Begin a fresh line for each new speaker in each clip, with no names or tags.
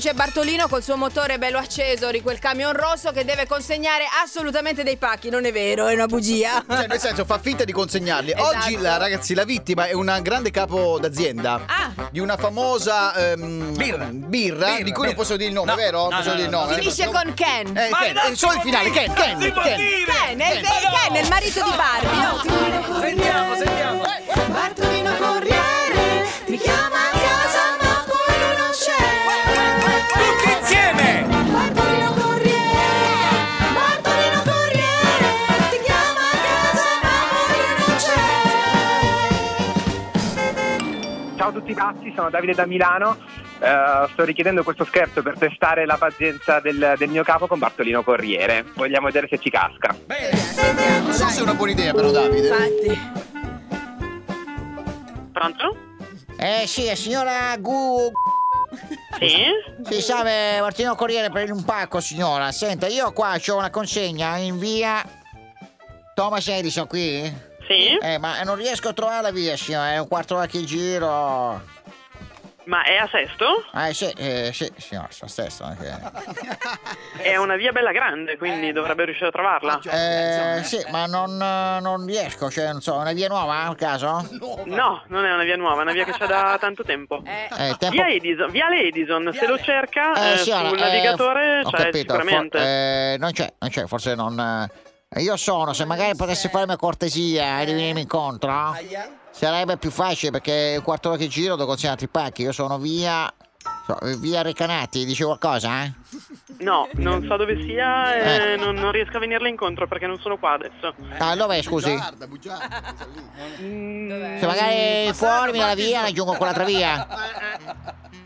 C'è Bartolino col suo motore bello acceso di quel camion rosso che deve consegnare assolutamente dei pacchi. Non è vero, è una bugia.
Cioè, nel senso, fa finta di consegnarli.
Esatto.
Oggi, la, ragazzi, la vittima è una grande capo d'azienda.
Ah.
Di una famosa ehm,
Birra.
birra,
Birra,
di cui non
birra.
posso dire il nome,
No,
vero?
no,
posso
no,
dire il
no,
nome.
Finisce
No.
con Ken.
Eh,
Ma
Ken, è
non
solo il
si può
finale,
dire,
Ken,
non
Ken,
si può
Ken.
dire.
Ken, è il,
Ken.
è Ken, è il marito di Barbie. No.
Sentiamo, sentiamo.
Bartolino Corriere mi chiama a casa ma poi lui non c'è.
Tutti insieme!
Bartolino Corriere, Bartolino Corriere ti chiama a casa ma poi non c'è.
Ciao a tutti pazzi, sono Davide da Milano. Eh, sto richiedendo questo scherzo per testare la pazienza del, del mio capo con Bartolino Corriere. Vogliamo vedere se ci casca.
Bene.
Non so se è una buona idea, però, Davide.
Infatti.
Pronto?
Eh sì, è signora Gu...
Sì?
Si salve, Martino Corriere per un pacco, signora. Senta, io qua ho una consegna in via... Thomas Edison qui?
Sì?
Eh, ma non riesco a trovare la via, signora, è un quarto d'ora che giro.
Ma è a Sesto?
Eh sì, eh, sì, signora, eh. so stesso. anche.
È una via bella grande, quindi dovrebbe riuscire a trovarla.
Eh, sì, ma non, eh, non riesco, cioè, non so, è una via nuova, a caso?
No, non è una via nuova, è una via che c'è da tanto tempo.
Eh,
Eh, tempo...
Via Edison, viale Edison, se lo cerca eh,
signora,
sul
eh,
navigatore
ho
c'è
capito, for-
sicuramente.
eh, non c'è, non c'è, forse non... eh, io sono, se magari potessi farmi cortesia e di venirmi incontro, sarebbe più facile perché il quarto d'ora che giro devo consegnare altri pacchi. Io sono via... so- Via Recanati, dice qualcosa? eh?
No, non so dove sia e non, non riesco a venirle incontro perché non sono qua adesso.
Ah, dov'è, scusi?
Bugiarda, bugiarda.
Mm,
Se
Eh,
magari fuori mi dalla via, raggiungo quell'altra via.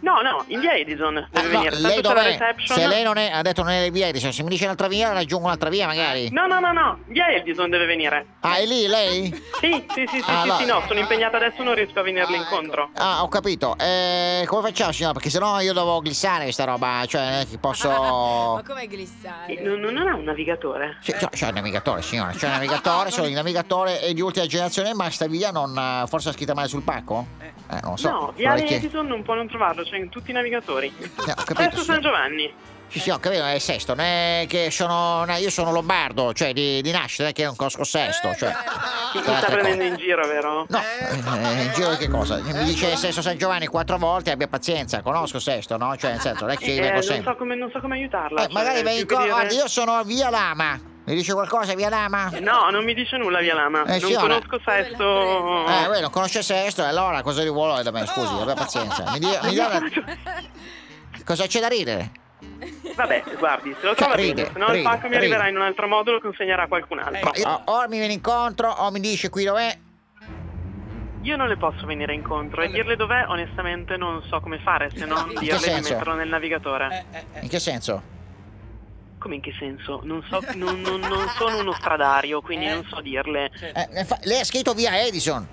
No, no, in via Edison deve
Ah, No,
venire.
lei
Tanto c'è la
dov'è?
reception.
Se lei non è, ha detto non è via, dice, se mi dice un'altra via, raggiungo un'altra via magari.
Eh, No, no, no, no, via Edison deve venire.
Ah, è lì lei?
Sì, sì, sì, sì,
Ah,
sì,
va-
sì, no, sono impegnata adesso, non riesco a venirle incontro.
Ah, ho capito. Eh, come facciamo, signora? Perché sennò io devo glissare questa roba. Cioè, non è che
ma
posso.
come glissare?
Eh, Non, non ha un navigatore?
Sì, cioè, c'è, c'è il navigatore, signora. C'è il navigatore, solo il navigatore è di ultima generazione, ma sta via non. eh, Forse ha scritta male sul pacco? Eh, non lo so.
no,
Allora,
Viale
chi-
Edison non può non trovarlo, c'è in tutti i navigatori.
Eh, ho capito. Ah,
Adesso San
signora.
Giovanni.
Sì, sì, ho capito, è sesto. Non è che sono. no, io sono lombardo, cioè di, di nascita, non è che non conosco sesto.
Eh,
Cioè.
Chi ti
Tra
sta
l'altro-
prendendo in giro, vero?
No, eh, in giro di che cosa? Mi
Eh,
dice Sesto San Giovanni quattro volte, abbia pazienza, conosco Sesto, no? Cioè, nel senso, non è che ci
Eh,
vengo
non,
sempre.
so come, non so come aiutarla.
Eh,
cioè,
magari
più
vengo.
che dire-
Guarda, ah, io sono a via Lama. Mi dice qualcosa, via Lama? Eh,
No, non mi dice nulla, Via Lama. non
Eh, signora.
conosco Sesto.
Eh, voi non conosce Sesto, e allora cosa gli vuole da me? Scusi, abbia pazienza. Mi dia, mi dia una- Cosa c'è da ridere?
Vabbè, guardi, se lo
Cioè,
trova
ride,
bene, se no il
ride,
pacco mi
ride.
arriverà in un altro modo, lo consegnerà a qualcun altro.
Ma io- o mi viene incontro, o mi dice qui dov'è.
Io non le posso venire incontro e dirle dov'è, onestamente, non so come fare, se non
che
dirle di
senso?
metterlo nel navigatore.
Eh.
In che senso?
Come in che senso? Non so, non, non- non sono uno stradario, quindi non so dirle.
Cioè,
Eh, infa- lei ha scritto via Edison.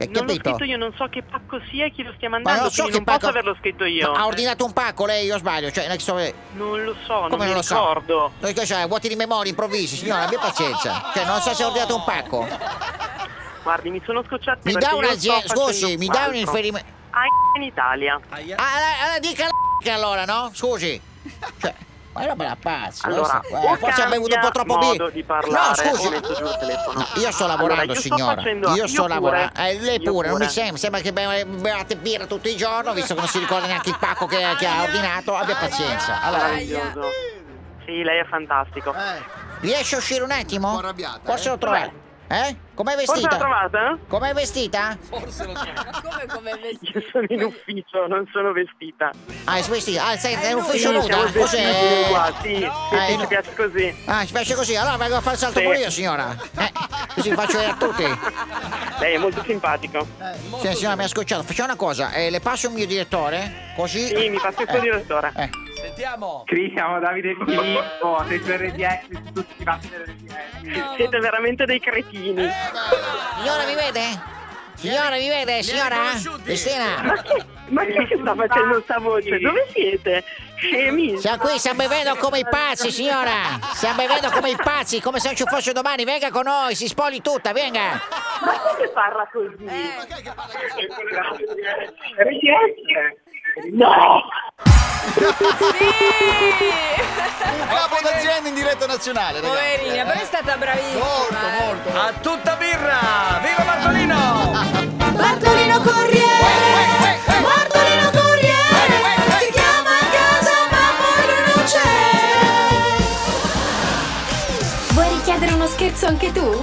Eh, Hai
Non l'ho
capito?
scritto io, non so che pacco sia e chi lo stia
Ma
mandando,
non so
quindi non
che pacco...
posso averlo scritto io.
Ma ha ordinato un pacco lei, io sbaglio. Cioè, non è che so-
Non lo so, Oh, non
Come
mi
non lo so?
ricordo.
Non è che c'è vuoti di memoria improvvisi, signora, abbia pazienza. Cioè, non so se ha ordinato un pacco.
Guardi, mi sono scocciata
Mi dà una... Scusi, mi dà un riferimento...
Ah, in Italia.
Ah, allora- allora dica la c***a allora, no? Scusi. Cioè, ma è una bella pazza.
Allora,
questa qua.
o
eh, forse ha bevuto un po' troppo
cambia
birra.
modo di parlare
no,
o metto
scusi.
giù il telefono.
No, io sto lavorando,
Allora, io sto
signora.
facendo-
io
io
sto
pure.
lavorando. Eh, lei
Io
pure, non mi
pure.
sembra. Sembra che be- beate birra tutto il giorno, visto che non si ricorda neanche il pacco che, che ha ordinato. Abbia pazienza. Allora,
Meraviglioso. Sì, lei è fantastico.
Eh,
riesce a uscire un attimo?
Un po' arrabbiata,
Forse
eh.
l'ho trovata. Eh? Com'è
Forse l'ha
vestita?
trovata?
Com'è vestita?
Ma eh, come come vestito?
Io sono in ufficio, non sono vestita.
Ah, è vestita. Ah, sei, è un
lui.
ufficio
Eh, Sì, siamo
nudo.
vestiti
Cos'è?
qua, sì, sì,
Ah,
sì,
no.
ci piace così.
Ah, si piace così, allora vengo a fare il salto
Sì.
pure io, signora. Eh, così faccio vedere a tutti.
Lei è molto simpatico.
Sì, signora, mi ha scocciato. Facciamo una cosa, eh, le passo il mio direttore, così...
Sì, mi passa il suo
Eh,
direttore.
eh.
Sentiamo.
Cri, siamo Davide P. Oh, sei su RDS, su tutti i pazzi dell'RDS.
Siete veramente dei cretini.
Signora, mi vede? Signora, mi vede, signora? Cristina,
Ma che, Eh, ma che sta facendo sta voce? Dove siete? Scemi?
siamo qui, stiamo bevendo come i pazzi, signora. Stiamo bevendo come i pazzi, come se non ci fosse domani. Venga con noi, si spogli tutta, venga.
Ma come parla così?
Eh,
No!
Sì!
Capo d'azienda in diretta nazionale, ragazzi.
Poverina, però è stata bravissima. eh.
Molto, molto.
A tutta birra! Viva Bartolino!
Bartolino Corriere, Bartolino Corriere, ti chiama a casa ma poi lui non c'è.
Vuoi richiedere uno scherzo anche tu?